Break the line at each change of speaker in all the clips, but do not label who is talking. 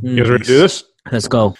You guys ready to do this?
Mm, Let's go.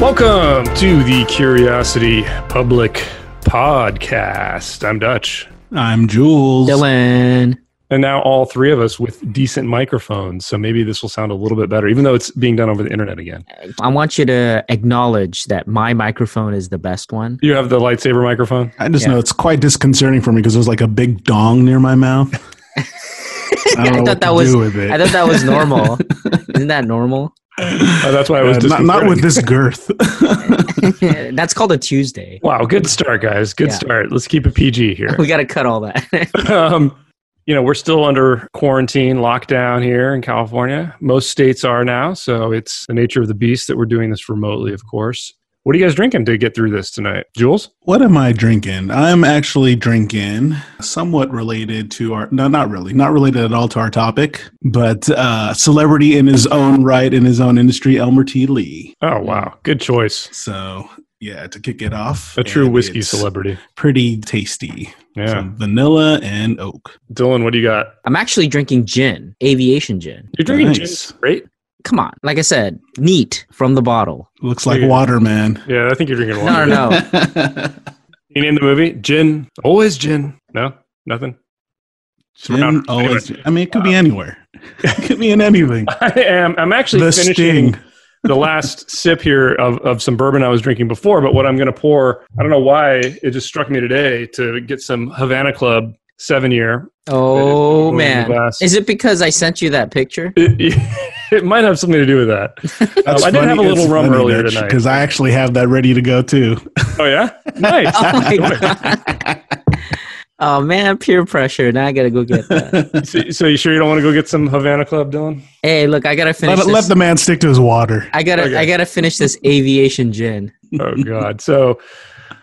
Welcome to the Curiosity Public Podcast. I'm Dutch.
I'm Jules.
Dylan.
And now all three of us with decent microphones. So maybe this will sound a little bit better, even though it's being done over the internet again.
I want you to acknowledge that my microphone is the best one.
You have the lightsaber microphone?
I just
Yeah.
know it's quite disconcerting for me because there's like a big dong near my mouth. I,
I
don't know
thought
what
that
to
was-
do with it.
I thought that was normal. Isn't that normal?
Oh, that's why I
Uh,
was
not, not
disconcerting.
with this girth.
That's called a Tuesday.
Wow, good start, guys. Good
Yeah.
start. Let's keep it PG here.
We got to cut all that.
um, you know, we're still under quarantine lockdown here in California. Most states are now, so it's the nature of the beast that we're doing this remotely, of course. What are you guys drinking to get through this tonight, Jules?
what am I drinking? I'm actually drinking somewhat related to our no, not really, not related at all to our topic, but uh, celebrity in his own right in his own industry, Elmer T. Lee.
Oh wow, good choice.
So yeah, to kick it off,
A true
and
whiskey
it's
celebrity.
Pretty tasty.
Yeah,
Some vanilla and oak.
Dylan, what do you got?
I'm actually drinking gin, aviation gin.
You're drinking
Nice.
gin, right?
Come on. Like I said, neat from the bottle.
Looks like
Yeah.
water, man.
Yeah, I think you're drinking
No,
water.
no, no.
You name the movie? Gin. Always gin. No, nothing.
Gin always. I mean, it could be anywhere. It could be in anything.
I am. I'm actually
the
finishing.
sting.
the last sip here of, of some bourbon I was drinking before, but what I'm going to pour, I don't know why it just struck me today to get some Havana Club seven year.
Oh,
That is
man.
glass.
Is it because I sent you that picture?
It, it might have something to do with that. Um, I did have a little rum earlier tonight.
because I actually have that ready to go too.
Oh, yeah? Nice.
Oh, my God. Oh, man. Peer pressure. Now I got to go get that.
so, so you sure you don't want to go get some Havana Club, Dylan?
Hey, look, I gotta finish.
let,
this.
let the man stick to his water.
I gotta,
Okay.
I gotta finish this aviation gin.
Oh, God. So.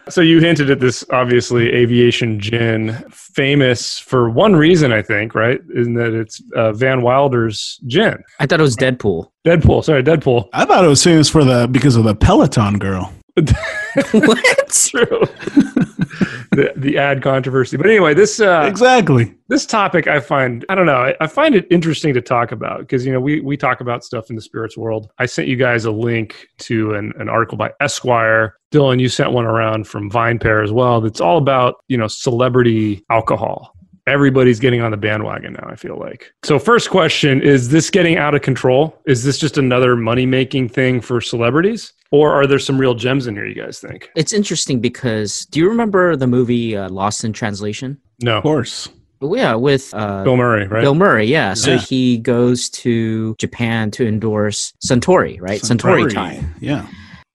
So you hinted at this, obviously, aviation gin, famous for one reason, I think, right? Isn't that it's uh, Van Wilder's gin?
I thought it was Deadpool.
Deadpool, sorry, Deadpool.
I thought it was famous for the because of the Peloton girl.
what?
true. the, the ad controversy. But anyway, this uh,
exactly.
this topic I find I don't know I, I find it interesting to talk about because you know we we talk about stuff in the spirits world. I sent you guys a link to an, an article by Esquire. Dylan, you sent one around from Vine Pair as well. That's all about you know celebrity alcohol. Everybody's getting on the bandwagon now. I feel like. So first question is this getting out of control? Is this just another money making thing for celebrities, or are there some real gems in here? You guys think?
It's interesting because do you remember the movie uh, Lost in Translation?
No.
Of course.
Oh, yeah, with uh, Bill,
Bill Murray, right?
Murray. Yeah. So
Yeah.
he goes to Japan to endorse Suntory, right? Suntory time.
Yeah.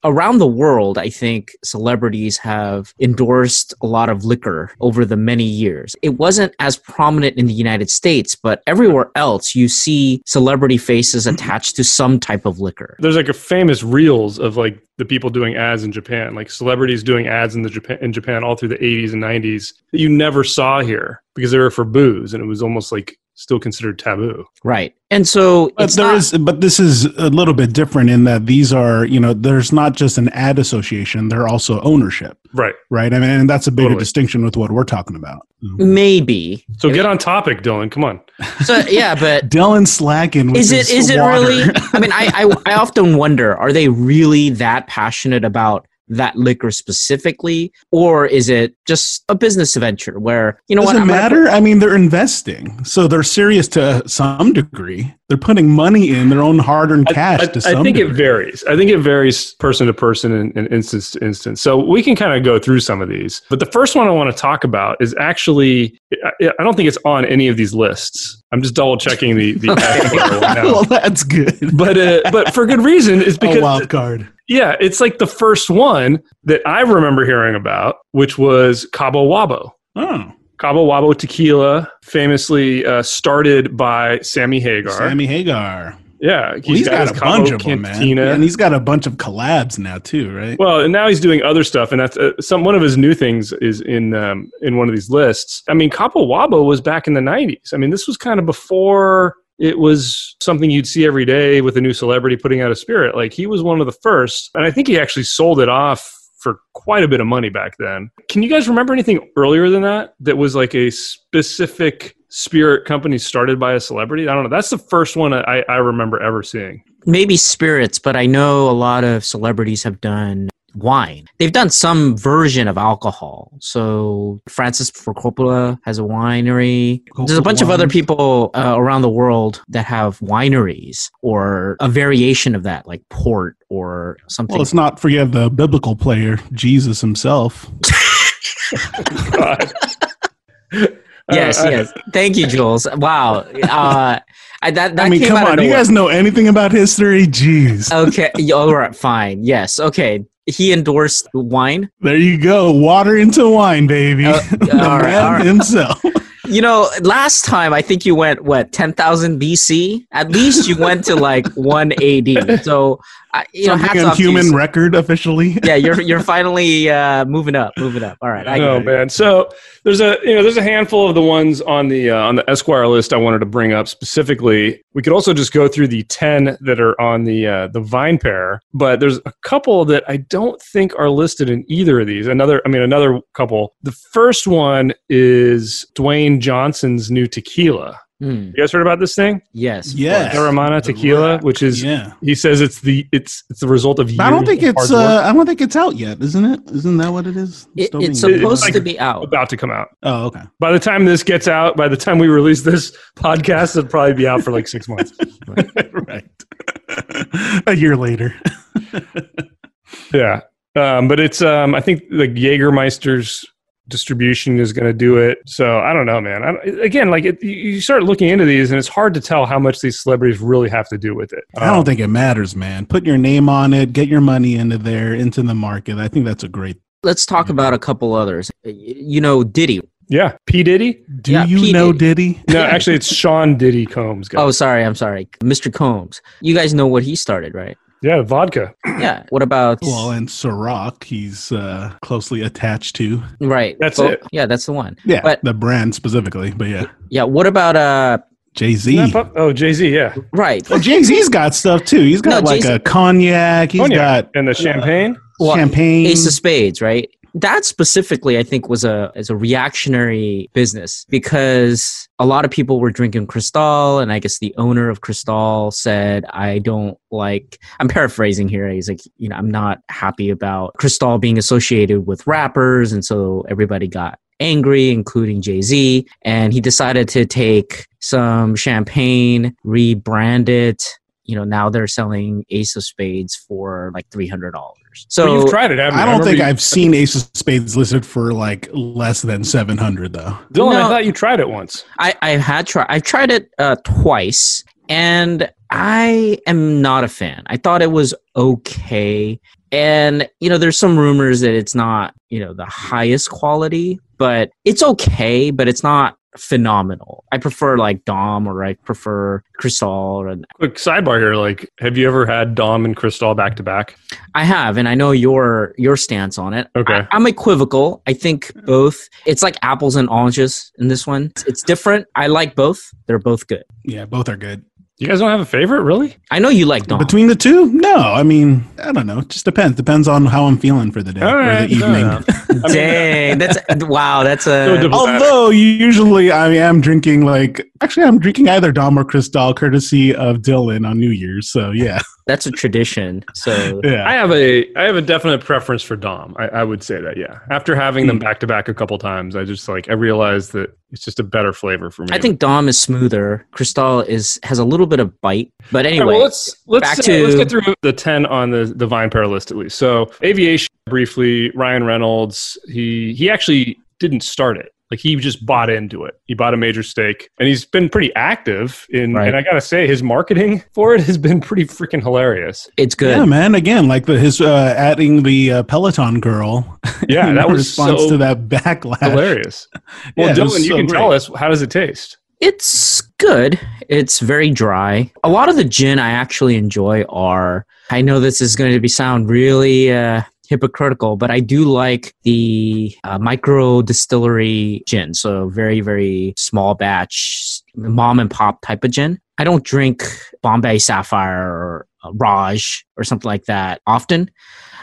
around the world, I think celebrities have endorsed a lot of liquor over the many years. It wasn't as prominent in the United States, but everywhere else, you see celebrity faces attached to some type of liquor.
There's like a famous reels of like the people doing ads in Japan, like celebrities doing ads in the Japan in Japan all through the 80s and 90s that you never saw here because they were for booze and it was almost like still considered taboo.
Right. And so
But
it's
there
not-
is, but this is a little bit different in that these are, you know, there's not just an ad association; they're also ownership,
Right.
right? I mean, and that's a bigger
Totally.
distinction with what we're talking about.
maybe.
So get on topic, Dylan. Come on.
So yeah, but
Dylan slacking. With
is it
his
is it
water.
really i mean I, I i often wonder are they really that passionate about that liquor specifically or is it just a business venture where you know
Does
what
it
I'm gonna
matter? I mean, they're investing, so they're serious to some degree. They're putting money in their own hard-earned cash
I,
to
I
some.
think it
degree.
varies. I think it varies person to person and, and instance to instance. So we can kind of go through some of these. But the first one I want to talk about is actually, I, I don't think it's on any of these lists. I'm just double checking the, the actual one now.
well, that's good.
but uh, but for good reason is because
a wild card.
yeah, it's like the first one that I remember hearing about, which was Cabo Wabo.
Oh,
Cabo Wabo tequila, famously uh, started by Sammy Hagar.
Sammy Hagar.
Yeah,
Well, he's got,
his
a
Cabo
bunch of them, man.
Cantina.
Yeah, and he's got a bunch of collabs now too, right?
Well, and now he's doing other stuff, and that's uh, some one of his new things is in um, in one of these lists. I mean, Capo Wabo was back in the '90s. I mean, this was kind of before it was something you'd see every day with a new celebrity putting out a spirit. Like he was one of the first, and I think he actually sold it off for quite a bit of money back then. Can you guys remember anything earlier than that that was like a specific spirit company started by a celebrity? I don't know. That's the first one I, I remember ever seeing.
Maybe spirits, but I know a lot of celebrities have done wine. They've done some version of alcohol. So Francis Ford Coppola has a winery. There's a bunch of other people uh, around the world that have wineries or a variation of that, like port or something.
Well, let's not forget the biblical player, Jesus himself.
God.
yes,
Uh, I-
yes. Thank you, Jules. Wow. Uh, I, that, that
I mean,
came
come
out of
on. You
nowhere. Uh,
guys know anything about history? Jeez.
Okay. y- All right. Fine. Yes. Okay. He endorsed wine.
There you go. Water into wine, baby.
Uh,
the
all right,
man
all right.
himself.
You know, last time I think you went what ten thousand BC. At least you went to like one AD. So I, you know, hats
Something
off
on
to you.
human record officially.
Yeah, you're you're finally uh, moving up, moving up. All right, I
oh
get it.
man, so there's a you know there's a handful of the ones on the uh, on the Esquire list I wanted to bring up specifically. We could also just go through the ten that are on the uh, the Vine pair, but there's a couple that I don't think are listed in either of these. Another, I mean, another couple. The first one is Dwayne Johnson's new tequila.
Hmm,
You guys heard about this thing,
yes.
Yes.
Aramana
The
tequila,
rock.
which is
Yeah.
he says it's the it's it's the result of.
But I don't
years
think
of
it's.
hard work.
Uh, I don't think it's out yet, isn't it? Isn't that what it is?
It,
Still
it's
being-
It's
supposed
like-
to be
uh,
out.
about to come out.
Oh, okay.
By the time this gets out, by the time we release this podcast, it'll probably be out for like six months.
right. A year later.
yeah. Um, but it's, um, I think the Jägermeister's distribution is going to do it. So I don't know, man. I, don't- again, like it, you- you start looking into these and it's hard to tell how much these celebrities really have to do with it. Um,
I don't think it matters, man. Put your name on it, get your money into there, into the market. I think that's a great.
Let's talk
Mm-hmm.
about a couple others. Y- You know, Diddy.
yeah. P. Diddy?
Do
Yeah,
you
P.
know Diddy?
No, actually, it's Sean Diddy Combs. Guys.
Oh, sorry, I'm sorry, Mr. Combs. You guys know what he started, right?
yeah. Vodka.
Yeah. What about?
Well, and Ciroc, he's uh, closely attached to.
right.
That's
Well,
it.
Yeah, that's the one.
Yeah,
But-
the brand specifically, but yeah,
Yeah. What about uh?
Jay
Isn't
Z.
that pop- Oh, Jay Z. Yeah.
Right.
Well, Jay Z's got stuff too. He's got
No,
like
Jay-Z-
a cognac. He's
Cognac. And the champagne.
got
Well,
champagne.
Ace of Spades, right? That specifically, I think, was a is a reactionary business because a lot of people were drinking Cristal, and I guess the owner of Cristal said, "I don't like." I'm paraphrasing here. He's like, you know, I'm not happy about Cristal being associated with rappers, and so everybody got angry, including Jay Z, and he decided to take some champagne, rebrand it. You know, now they're selling Ace of Spades for like three hundred dollars. So
Well, you've tried it, haven't you?
I don't
remember
think
you-
I've seen Ace of Spades listed for like less than seven hundred though.
Dylan, I
No.
thought you tried it once.
I, I had tried. I've tried it uh, twice, and I am not a fan. I thought it was okay, and you know, there's some rumors that it's not, you know, the highest quality, but it's okay, but it's not phenomenal. I prefer like Dom, or I prefer Cristal, and
Quick sidebar here. Like, have you ever had Dom and Cristal back to back?
I have, and I know your your stance on it.
Okay.
I, am equivocal. I think both. It's like apples and oranges in this one. It's, it's different. I like both. They're both good.
Yeah, both are good.
You guys don't have a favorite, really?
I know you like Dom.
Between the two? No, I mean, I don't know. It just depends. Depends on how I'm feeling for the day
All
or
right,
the
fair
evening.
enough. I mean,
Dang, that's wow. That's
No,
a
the-
Although usually I am drinking like actually I'm drinking either Dom or Cristal courtesy of Dylan on New Year's. So yeah,
that's a tradition. So
I
yeah.
have a I have a definite preference for Dom. I, I would say that, yeah. After having
Hmm.
them back to back a couple times, I just like I realized that it's just a better flavor for me.
I think Dom is smoother. Cristal is has a little bit of bite. But
All right,
anyway,
well, let's let's
back
uh,
to-
let's get through the ten on the the Vine pair list at least. So aviation briefly. Ryan Reynolds. He he actually didn't start it. Like he just bought into it. He bought a major stake, and he's been pretty active in.
Right.
And I gotta say, his marketing for it has been pretty freaking hilarious.
it's good.
Yeah, man. Again, like the his uh, adding the uh, Peloton girl.
Yeah,
in
that was
response
so
to that backlash.
hilarious. Well,
Yeah, it was
Dylan, you
so
can
great.
tell us how does it taste?
It's good. It's very dry. A lot of the gin I actually enjoy are. I know this is going to be sound really uh, hypocritical, but I do like the uh, micro distillery gin. So very very small batch, mom and pop type of gin. I don't drink Bombay Sapphire or uh, Raj or something like that often.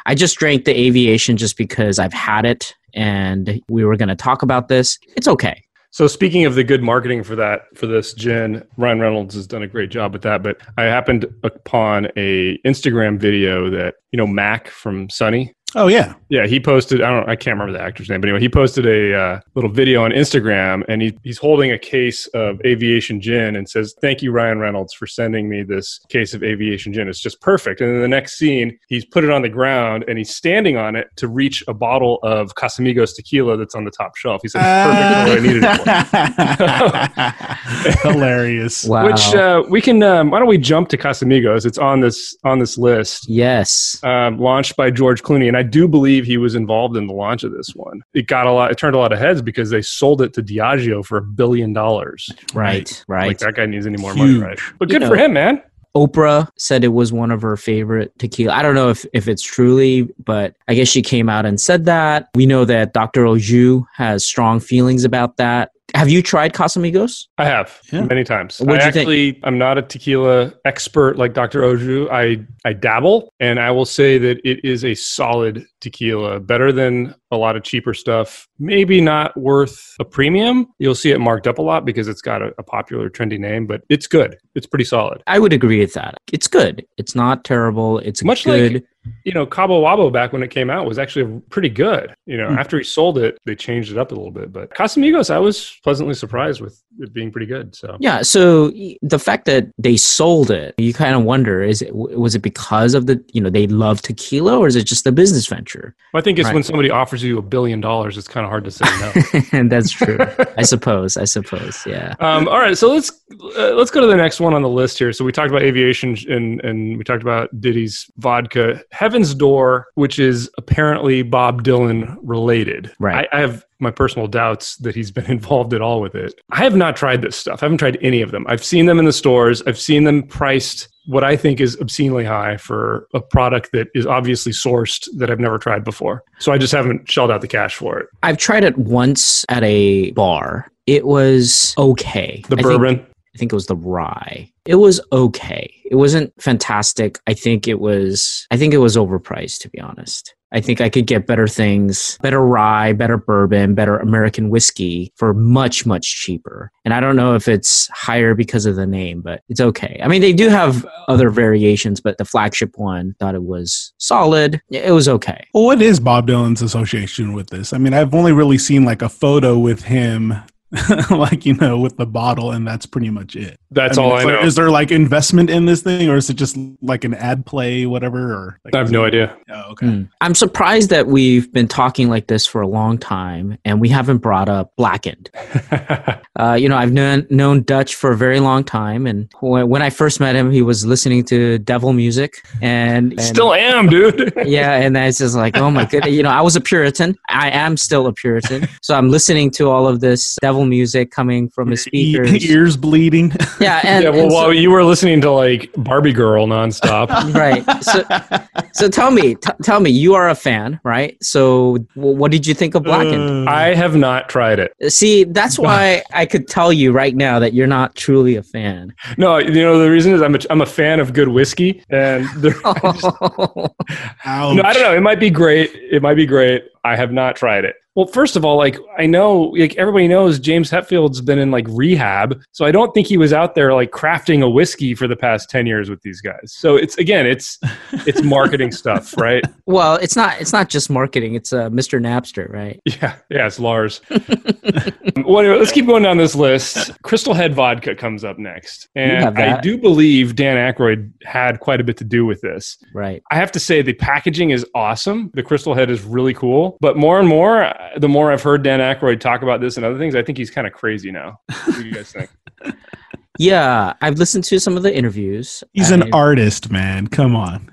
I just drank the aviation just because I've had it and we were going to talk about this. It's okay.
So speaking of the good marketing for that for this gin, Ryan Reynolds has done a great job with that. But I happened upon a Instagram video that you know Mac from Sunny.
Oh yeah,
Yeah, he posted. I don't. I can't remember the actor's name, but anyway, he posted a uh, little video on Instagram, and he, he's holding a case of aviation gin, and says, "Thank you, Ryan Reynolds, for sending me this case of aviation gin. It's just perfect." And then the next scene, he's put it on the ground, and he's standing on it to reach a bottle of Casamigos tequila that's on the top shelf. He said,
Oh,
"It's "Perfect, for what I needed it for."
it. Hilarious.
Wow.
Which uh, we can. Um, why don't we jump to Casamigos? It's on this on this list.
yes.
Um, launched by George Clooney, and I do believe he was involved in the launch of this one. It got a lot. It turned a lot of heads because they sold it to Diageo for a billion dollars.
Right.
Like
Right.
that guy needs any more money,
Huge.
right? But
You
good for
know-
him, man.
Oprah said it was one of her favorite tequila. I don't know if, if it's truly, but I guess she came out and said that. We know that Dr. Oju has strong feelings about that. Have you tried Casamigos?
I have
Yeah.
many times.
What'd
I
you think?
actually, I'm not a tequila expert like Dr. Oju. I, I dabble, and I will say that it is a solid tequila, better than a lot of cheaper stuff. Maybe not worth a premium. You'll see it marked up a lot because it's got a, a popular, trendy name, but it's good. It's pretty solid.
I would agree with that. It's good. It's not terrible. It's
Much
good.
like- You know, Cabo Wabo back when it came out was actually pretty good. You know,
Hmm.
after he sold it, they changed it up a little bit. But Casamigos, I was pleasantly surprised with it being pretty good. So
yeah. So y- the fact that they sold it, you kind of wonder: is it w- was it because of the you know they love tequila, or is it just a business venture?
I think it's
Right.
when somebody offers you a billion dollars, it's kind of hard to say no.
and that's true. I suppose. I suppose. Yeah.
Um, all right, so let's uh, let's go to the next one on the list here. So we talked about aviation and and we talked about Diddy's vodka, Heaven's Door, which is apparently Bob Dylan related.
Right.
I, I have my personal doubts that he's been involved at all with it. I have not tried this stuff. I haven't tried any of them. I've seen them in the stores. I've seen them priced what I think is obscenely high for a product that is obviously sourced that I've never tried before. So I just haven't shelled out the cash for it.
I've tried it once at a bar. It was okay.
The
I think-
bourbon.
I think it was the rye. It was okay. It wasn't fantastic. I think it was I think it was overpriced to be honest. I think I could get better things, better rye, better bourbon, better American whiskey for much much cheaper. And I don't know if it's higher because of the name, but it's okay. I mean, they do have other variations, but the flagship one thought it was solid. It was okay.
Well, what is Bob Dylan's association with this? I mean, I've only really seen like a photo with him, like, you know, with the bottle, and that's pretty much it.
That's
I mean,
all I
it's
know.
like- Is there like investment in this thing, or is it just like an ad play, whatever? Or like,
I have no idea.
Oh, okay.
Mm. I'm surprised that we've been talking like this for a long time and we haven't brought up blackened. Uh, you know, I've known known Dutch for a very long time, and when, when I first met him, he was listening to devil music, and, and-
Still am, dude.
yeah, and it's just like, oh my goodness, you know, I was a Puritan, I am still a Puritan, so I'm listening to all of this devil music coming from his
E-
speakers,
ears bleeding.
yeah, and,
yeah, well,
and so-
while you were listening to like Barbie Girl nonstop,
right, so so tell me, t- tell me, you are a fan, right? So w- what did you think of
Uh,
Blackened?
Oh,
I have not tried it.
See, that's why I could tell you right now that you're not truly a fan.
No, you know the reason is I'm a, I'm a fan of good whiskey, and the, I just-
Ouch.
no, I don't know. It might be great. It might be great. I have not tried it. Well, first of all, like I know, like everybody knows, James Hetfield's been in like rehab, so I don't think he was out there like crafting a whiskey for the past ten years with these guys. So it's again, it's it's marketing stuff, right?
Well, it's not it's not just marketing. It's uh, Mr. Napster, right?
Yeah, yeah, it's Lars. Um, well, anyway, let's keep going down this list. Crystal Head Vodka comes up next,
have
and I
that.
do believe Dan Aykroyd had quite a bit to do with this.
Right.
I have to say the packaging is awesome. The Crystal Head is really cool, but more and more, uh, the more I've heard Dan Aykroyd talk about this and other things, I think he's kind of crazy now. What do you guys think?
Yeah, I've listened to some of the interviews.
He's an
I-
artist, man. Come on.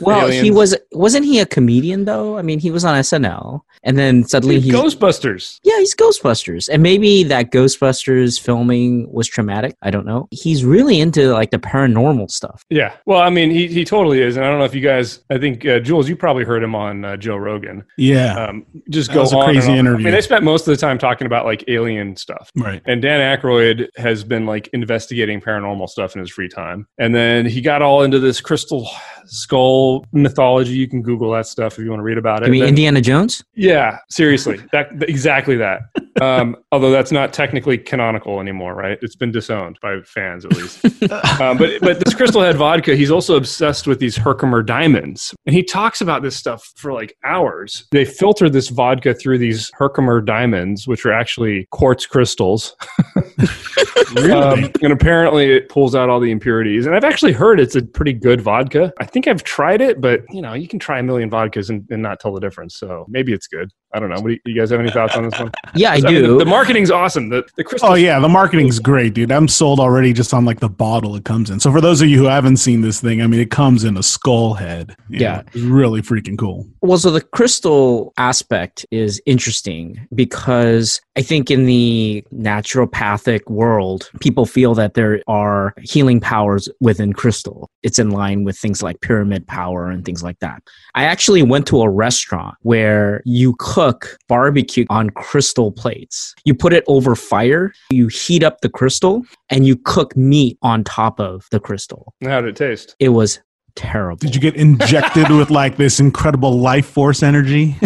well, he
Aliens.
was wasn't he a comedian though? I mean, he was on SNL, and then suddenly
Dude,
he.
Ghostbusters.
yeah, he's Ghostbusters, and maybe that Ghostbusters filming was traumatic. I don't know. He's really into like the paranormal stuff.
Yeah. Well, I mean, he, he totally is. And I don't know if you guys, I think, uh, Jules, you probably heard him on uh, Joe Rogan.
Yeah.
Um, just
That
go
was a
on and
crazy
on. I
interview.
mean, they spent most of the time talking about like alien stuff.
right.
And Dan Aykroyd has been and like investigating paranormal stuff in his free time. And then he got all into this crystal skull mythology. You can Google that stuff if you want to read about it.
I mean,
Then-
Indiana Jones?
yeah, seriously, that th- exactly that. Um, although that's not technically canonical anymore, right? It's been disowned by fans at least. um, but but this crystal head vodka, he's also obsessed with these Herkimer diamonds, and he talks about this stuff for like hours. They filter this vodka through these Herkimer diamonds, which are actually quartz crystals, um, and apparently it pulls out all the impurities. And I've actually heard it's a pretty good vodka. I think I've tried it, but you know, you can try a million vodkas and, and not tell the difference. So maybe it's good. I don't know. What do you, you guys have any thoughts on this one?
Yeah, I
I mean,
do.
the, the marketing's awesome. The, the crystal.
Oh yeah, the marketing's great, dude. I'm sold already just on like the bottle it comes in. So for those of you who haven't seen this thing, I mean, it comes in a skull head. You
Yeah.
know, it's really freaking cool.
Well, so the crystal aspect is interesting because I think in the naturopathic world, people feel that there are healing powers within crystal. It's in line with things like pyramid power and things like that. I actually went to a restaurant where you cook barbecue on crystal plates. You put it over fire, you heat up the crystal, and you cook meat on top of the crystal.
How did it taste?
It was terrible.
Did you get injected with like this incredible life force energy?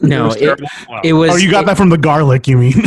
No,
was
it,
terrible. Wow.
it was.
oh, you
it-
got that from the garlic, you mean?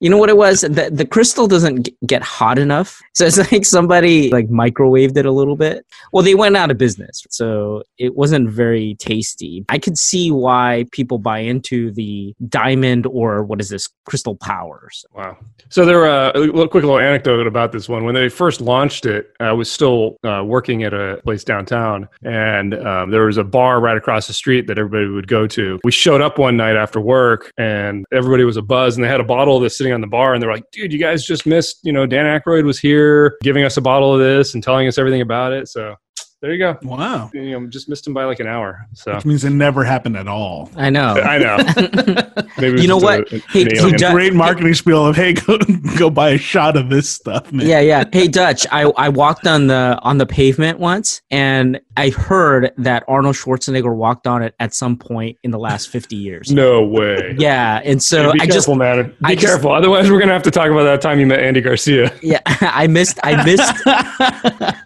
You know what it was? The, the crystal doesn't g- get hot enough. So it's like somebody like microwaved it a little bit. Well, they went out of business. So it wasn't very tasty. I could see why people buy into the diamond or what is this crystal powers.
Wow. So there, uh, a little, quick little anecdote about this one. When they first launched it, I was still uh, working at a place downtown, and um, there was a bar right across the street that everybody would go to. We showed up one night after work, and everybody was a buzz, and they had a bottle of this sitting on the bar, and they were like, "Dude, you guys just missed. You know, Dan Aykroyd was here giving us a bottle of this and telling us everything about it." So there you go.
wow.
You know, just missed him by like an hour. So
Which means it never happened at all.
I know.
I know. Maybe it was
You know
just
what?
a- an
He- he
alien.
does- Yeah.
Great marketing spiel of hey, go, go buy a shot of this stuff, man.
yeah, yeah. Hey Dutch, I, I walked on the on the pavement once and I heard that Arnold Schwarzenegger walked on it at some point in the last 50 years.
no way.
Yeah, and so
Dude, be
I just
careful, man. Be
I just-
careful. Otherwise, we're gonna have to talk about that time you met Andy Garcia.
Yeah, I missed. I missed.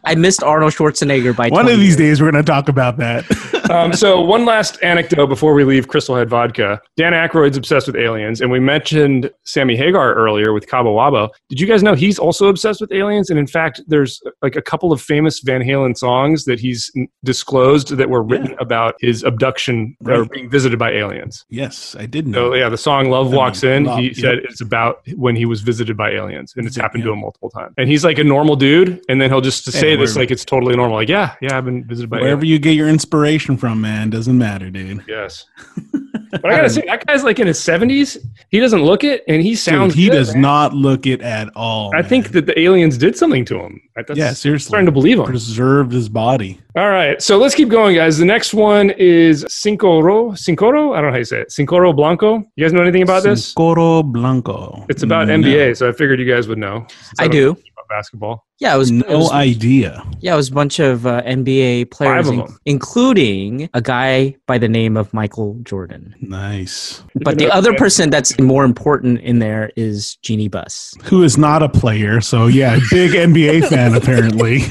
I missed Arnold Schwarzenegger by
One
20
of these
years.
days, we're going to talk about that.
Um, so, one last anecdote before we leave Crystal Head Vodka. Dan Aykroyd's obsessed with aliens, and we mentioned Sammy Hagar earlier with Cabo Wabo. Did you guys know he's also obsessed with aliens? And in fact, there's like a couple of famous Van Halen songs that he's n- disclosed that were written about his abduction or
Right.
being visited by aliens.
yes, I did know.
So, yeah, the song Love
mean,
Walks In,
love,
he
yep.
said it's about when he was visited by aliens, and it's happened to
Yeah.
him multiple times. And he's like a normal dude, and then he'll just say
Hey,
this
where-
like it's totally normal. Like, yeah, yeah, I've been visited by
Wherever
aliens.
you get your inspiration from, man, doesn't matter, dude.
Yes. but I gotta say, that guy's like in his 70s. He doesn't look it, and he sounds
Dude, he
good,
does
man.
not look it at all.
I
man.
think that the aliens did something to him. That's
yeah, seriously,
starting to believe him.
preserved his body.
All right, so let's keep going, guys. The next one is Cincoro. Cincoro? I don't know how you say it. Cincoro Blanco. You guys know anything about this?
Coro Blanco.
It's about
No.
NBA, so I figured you guys would know. since
I
don't
do.
know about basketball.
Yeah, it was.
No
it was-
idea.
yeah, it was a bunch of uh, NBA
Five
players,
of
in-
them.
including a guy by the name of Michael Jordan.
Nice.
But the other person that's more important in there is Jeannie Buss.
Who is not a player? So yeah, big NBA fan apparently.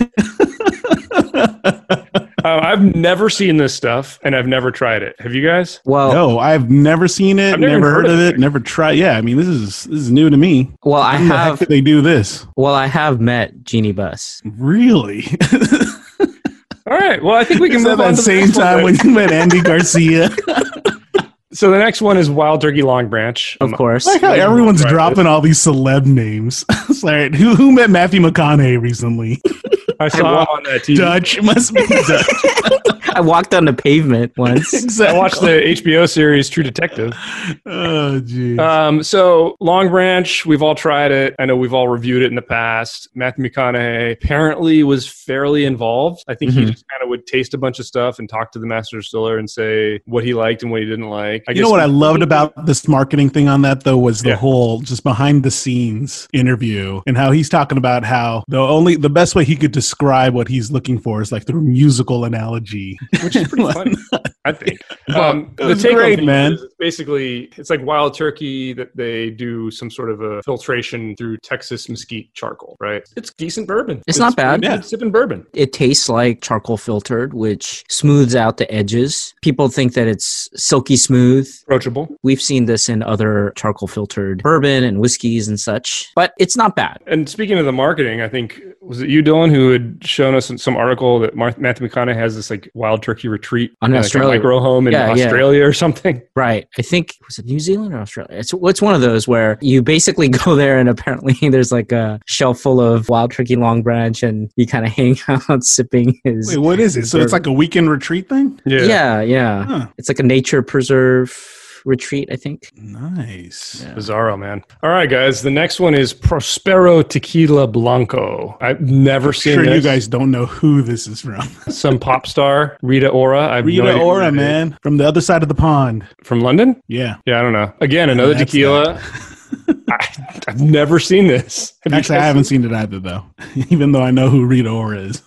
Uh, I've never seen this stuff, and I've never tried it. Have you guys?
Well,
No, I've never seen it.
Oh. I've never
never,
even
heard of it. Never tried. Yeah, I mean, this is this is new to me.
well, I
How the heck
have.
did they do this?
Well, I have met Jeannie Buss.
Really?
All right. Well, I think we can
Is that
move on.
that
to the
same
next one
time
then.
when you met Andy Garcia?
so the next one is Wild Turkey Long Branch. Um,
Of course,
I like how everyone's
Right.
dropping all these celeb names. it's like, who, who met Matthew McConaughey recently?
I saw
wa-
him on uh, that TV.
Dutch must be Dutch.
I walked on the pavement once.
I
exactly.
watched the HBO series True Detective.
Oh, jeez.
Um, so Long Branch, we've all tried it. I know we've all reviewed it in the past. Matthew McConaughey apparently was fairly involved. I think he
Mm-hmm.
Mhm.
just kind of would taste a bunch of stuff and talk to the master distiller and say what he liked and what he didn't like. I
you know what I loved about this marketing thing on that though was the
Yeah.
whole just behind the scenes interview and how he's talking about how the only the best way he could describe what he's looking for is like through musical analogy.
which is pretty funny, I think. Um,
It was great, man.
is basically it's like wild turkey that they do some sort of a filtration through Texas mesquite charcoal, right? It's decent bourbon.
It's not bad.
Yeah, it's sipping bourbon.
It tastes like charcoal filtered, which smooths out the edges. People think that it's silky smooth.
Approachable.
We've seen this in other charcoal filtered bourbon and whiskeys and such, but it's not bad.
And speaking of the marketing, I think was it you, Dylan, who had shown us in some article that Mar- Matthew McConaughey has this like wild turkey retreat
On
like, a
Australia.
micro home in
Yeah, yeah.
Australia or something.
Right. I think was it New Zealand or Australia? It's it's one of those where you basically go there and apparently there's like a shelf full of wild turkey long branch and you kind of hang out sipping his
Wait, what is it? So it's like a weekend retreat thing?
Yeah.
yeah, yeah.
Huh.
It's like a nature preserve retreat, I think.
Nice.
Yeah.
Bizarro, man. All right, guys. The next one is Prospero Tequila Blanco. I've never seen
Sure, you
this.
guys don't know who this is from.
Some pop star, Rita Ora. I've no
Rita
idea who
Ora,
that is.
man, from the other side of the pond.
From London?
Yeah.
Yeah, I don't know. Again, another
That's
tequila. I, I've never seen this. Have you
Actually, I
guys-
haven't seen it either, though. Even though I know who Rita Ora is.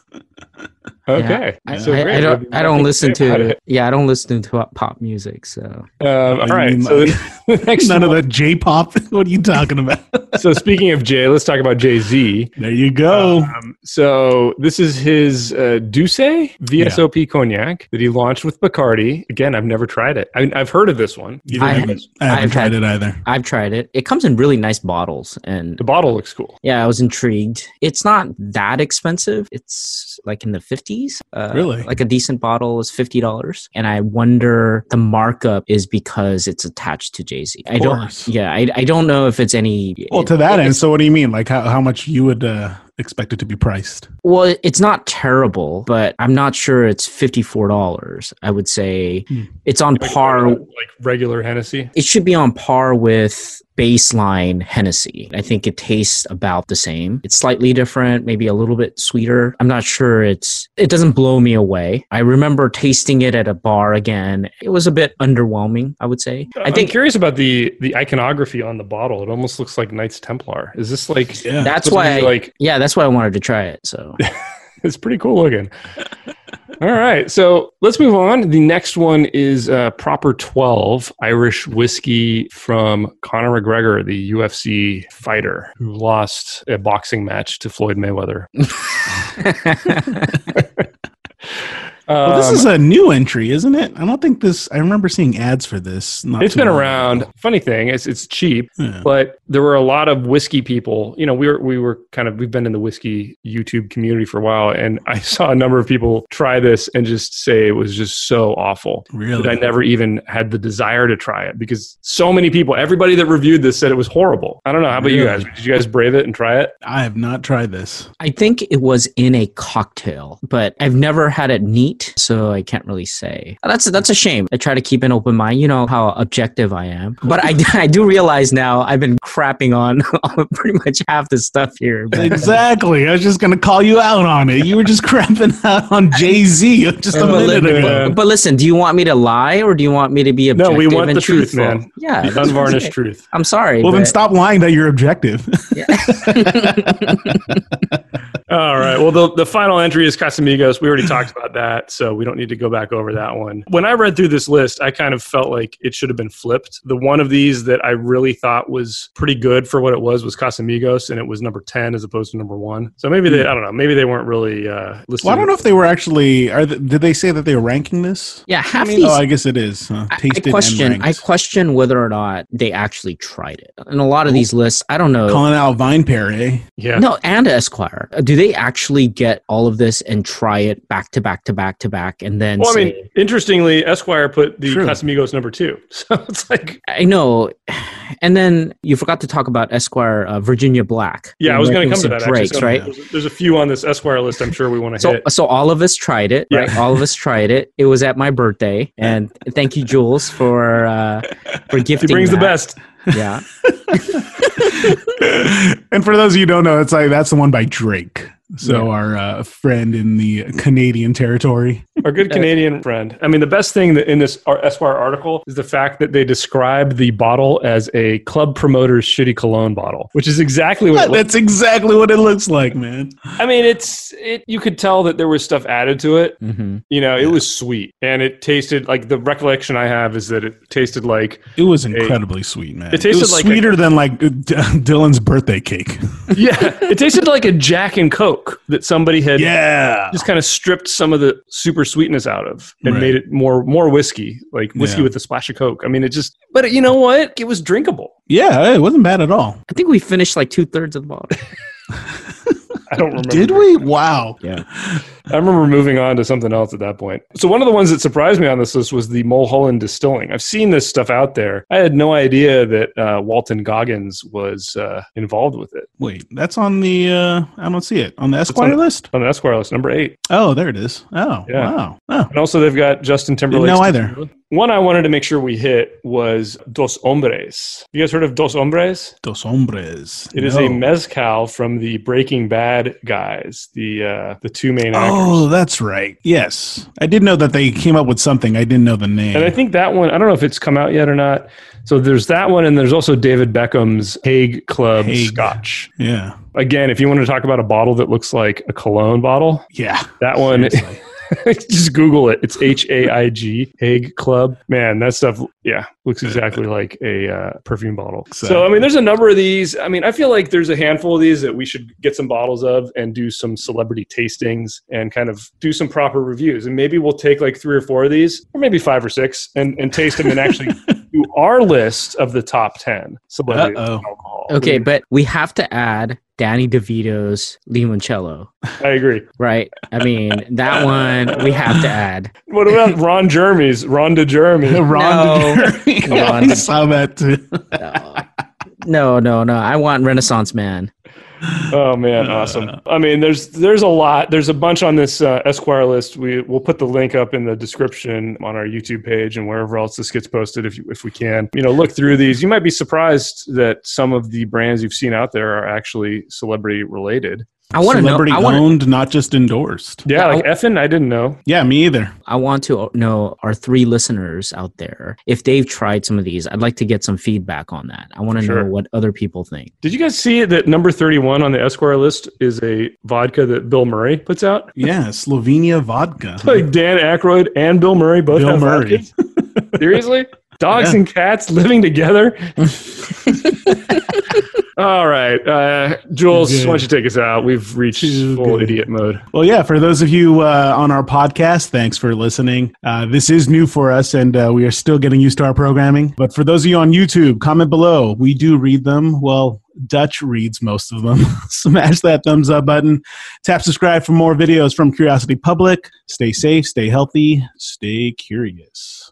Okay.
I,
So
I,
great.
I
What do
don't.
you
I don't
think
listen
about
to.
it?
Yeah, I don't listen to pop music. So
Um, all right.
mean,
So
like-
the next
None of
one-
that J-pop. what are you talking about?
So speaking of Jay, let's talk about Jay Z.
there you go.
Um, so this is his uh, Douce VSOP cognac that he launched with Bacardi. Again, I've never tried it. I mean, I've heard of this one.
You don't
I-
have it. I haven't
I've
tried
had-
it either.
I've tried it. It comes in really nice bottles, and
The bottle looks cool.
yeah, I was intrigued. It's not that expensive. It's like in the fifties. Uh,
Really?
Like a decent bottle is fifty dollars, and I wonder the markup is because it's attached to Jay Z. I
Of
don't.
course.
Yeah, I, I don't know if it's any.
Well, to that end, so what do you mean? Like how, how much you would uh, expect it to be priced?
Well, it's not terrible, but I'm not sure it's fifty four dollars. I would say
Hmm.
it's on
Like,
par.
uh, like regular Hennessy.
it should be on par with baseline Hennessy. I think it tastes about the same. It's slightly different, maybe a little bit sweeter. I'm not sure it's it doesn't blow me away. I remember tasting it at a bar again. It was a bit underwhelming, I would say. I
I'm
think
curious about the the iconography on the bottle. It almost looks like Knights Templar. Is this like
Yeah.
that's
supposed to
why
be
I,
like
yeah, that's why I wanted to try it. So
it's pretty cool looking. All right, so let's move on. The next one is uh, Proper 12 Irish whiskey from Conor McGregor, the UFC fighter who lost a boxing match to Floyd Mayweather.
Well, this
Um,
is a new entry, isn't it? I don't think this. I remember seeing ads for this. Not
it's
too
been
long
around.
ago.
Funny thing, it's it's cheap.
Yeah.
but there were a lot of whiskey people. You know, we were we were kind of we've been in the whiskey YouTube community for a while, and I saw a number of people try this and just say it was just so awful
Really?
that I never even had the desire to try it because so many people, everybody that reviewed this said it was horrible. I don't know. How about you guys?
Really?
Did you guys brave it and try it?
I have not tried this.
I think it was in a cocktail, but I've never had it neat, so I can't really say. That's that's a shame. I try to keep an open mind. You know how objective I am, but I, I do realize now I've been crapping on, on pretty much half the stuff here. But
Exactly. I was just going to call you out on it. You were just crapping out on Jay Z just a
Uh,
minute
yeah.
ago.
but listen, do you want me to lie or do you want me to be
No,
objective?
we want
and
the truth,
truthful?
man.
Yeah, Uh, that's
the
what I'm
unvarnished
saying.
truth.
I'm sorry.
Well, then
but-
stop lying that you're objective.
All right. Well, the, the final entry is Casamigos. We already talked about that, so we don't need to go back over that one. When I read through this list, I kind of felt like it should have been flipped. The one of these that I really thought was pretty good for what it was was Casamigos, and it was number 10 as opposed to number one. So maybe they, I don't know, maybe they weren't really uh, listening.
Hmm. well, I don't know if they were actually. Are th did they say that they were ranking this?
Yeah, half these.
Oh, I guess it is. Huh?
I- I
Tasted and
question. I
ranked.
question whether or not they actually tried it. In a lot of these lists, I don't know.
Calling out Vine Pair, eh?
Yeah.
No, and Esquire. Uh, Do they actually get all of this and try it back to back to back to back and then
Well, I
say, I,
mean, interestingly, Esquire put the
True.
Casamigos number two. So it's like,
know. And then you forgot to talk about Esquire uh, Virginia Black.
yeah, I was going to come to that.
Drake's,
actually. So
right?
There's, there's a few on this Esquire list I'm sure we want to
So,
hit.
so all of us tried it,
Yeah.
right? All of us tried it. It was at my birthday, and thank you, Jules, for uh, for
He
gifting.
brings the
that.
best.
Yeah,
and for those of you who don't know, it's like that's the one by Drake. So
Yeah.
our uh, friend in the Canadian territory.
Our good Canadian friend. I mean, the best thing that in this Ar- Esquire article is the fact that they describe the bottle as a club promoter's shitty cologne bottle, which is exactly what. it looks
That's exactly what it looks like, man.
I mean, it's it. You could tell that there was stuff added to it.
Mhm.
You know, it was sweet, and it tasted like the recollection I have is that it tasted like
It was incredibly sweet, man.
It tasted
was
like a-
sweeter than like D- Dylan's birthday cake.
yeah, it tasted like a Jack and Coke that somebody had
yeah.
just kind of stripped some of the super sweetness out of and
Right.
made it more more whiskey, like whiskey
Yeah.
with a splash of Coke. I mean, it just. But you know what? It was drinkable.
Yeah, it wasn't bad at all.
I think we finished like two thirds of the bottle.
I don't remember.
Did we? Wow.
Yeah.
I remember moving on to something else at that point. So one of the ones that surprised me on this list was the Mulholland Distilling. I've seen this stuff out there. I had no idea that uh, Walton Goggins was uh, involved with it
Wait, that's on the uh I don't see it. On the Esquire
on-
list?
on the Esquire list, number eight.
Oh, there it is. Oh,
Yeah.
wow. Oh.
And also they've got Justin
Didn't
Timberlake.
know either.
One I wanted to make sure we hit was Dos Hombres. You guys heard of Dos Hombres?
Dos hombres.
It is
No.
a mezcal from the Breaking Bad guys, the uh, the two main actors.
Oh, that's right. Yes. I did know that they came up with something. I didn't know the name.
And I think that one, I don't know if it's come out yet or not. So there's that one, and there's also David Beckham's Hague Club
Hague.
Scotch.
yeah.
Again, if you want to talk about a bottle that looks like a cologne bottle,
Yeah.
that one,
Seriously.
just Google it. It's H A I G, Hague Club. Man, that stuff, yeah, looks exactly like a uh, perfume bottle. So, I mean, there's a number of these. I mean, I feel like there's a handful of these that we should get some bottles of and do some celebrity tastings and kind of do some proper reviews. And maybe we'll take like three or four of these, or maybe five or six, and, and taste them and actually do our list of the top 10 celebrity
Uh-oh.
alcohol.
Okay, but we have to add Danny DeVito's limoncello,
I agree.
right? I mean, that one we have to add.
What about Ron Jeremy's? Rhonda Jeremy.
Ron DeJour-
Come
I
on.
saw that too.
No, no, no, no. I want Renaissance Man.
Oh man, awesome! I mean, there's there's a lot. There's a bunch on this uh, Esquire list. We we'll put the link up in the description on our YouTube page and wherever else this gets posted, if you, if we can. You know, look through these. You might be surprised that some of the brands you've seen out there are actually celebrity related.
I want to know.
Celebrity
I want.
owned, not just endorsed.
Yeah,
Yeah,
like Effin, I didn't know.
Yeah, me either.
I want to know our three listeners out there if they've tried some of these. I'd like to get some feedback on that. I want to
Sure.
know what other people think.
Did you guys see that number thirty-one on the Esquire list is a vodka that Bill Murray puts out?
Yeah, Slovenia vodka.
Like Dan Aykroyd and Bill Murray both
Hmm. Bill
have
Murray.
vodkas? Seriously? Dogs
Yeah.
and cats living together? All right. Uh, Jules,
Good.
why don't you take us out? We've reached
Too
full
good.
idiot mode.
Well, yeah, for those of you uh, on our podcast, thanks for listening. Uh, this is new for us, and uh, we are still getting used to our programming. But for those of you on YouTube, comment below. We do read them. Well, Dutch reads most of them. Smash that thumbs up button. Tap subscribe for more videos from Curiosity Public. Stay safe, stay healthy, stay curious.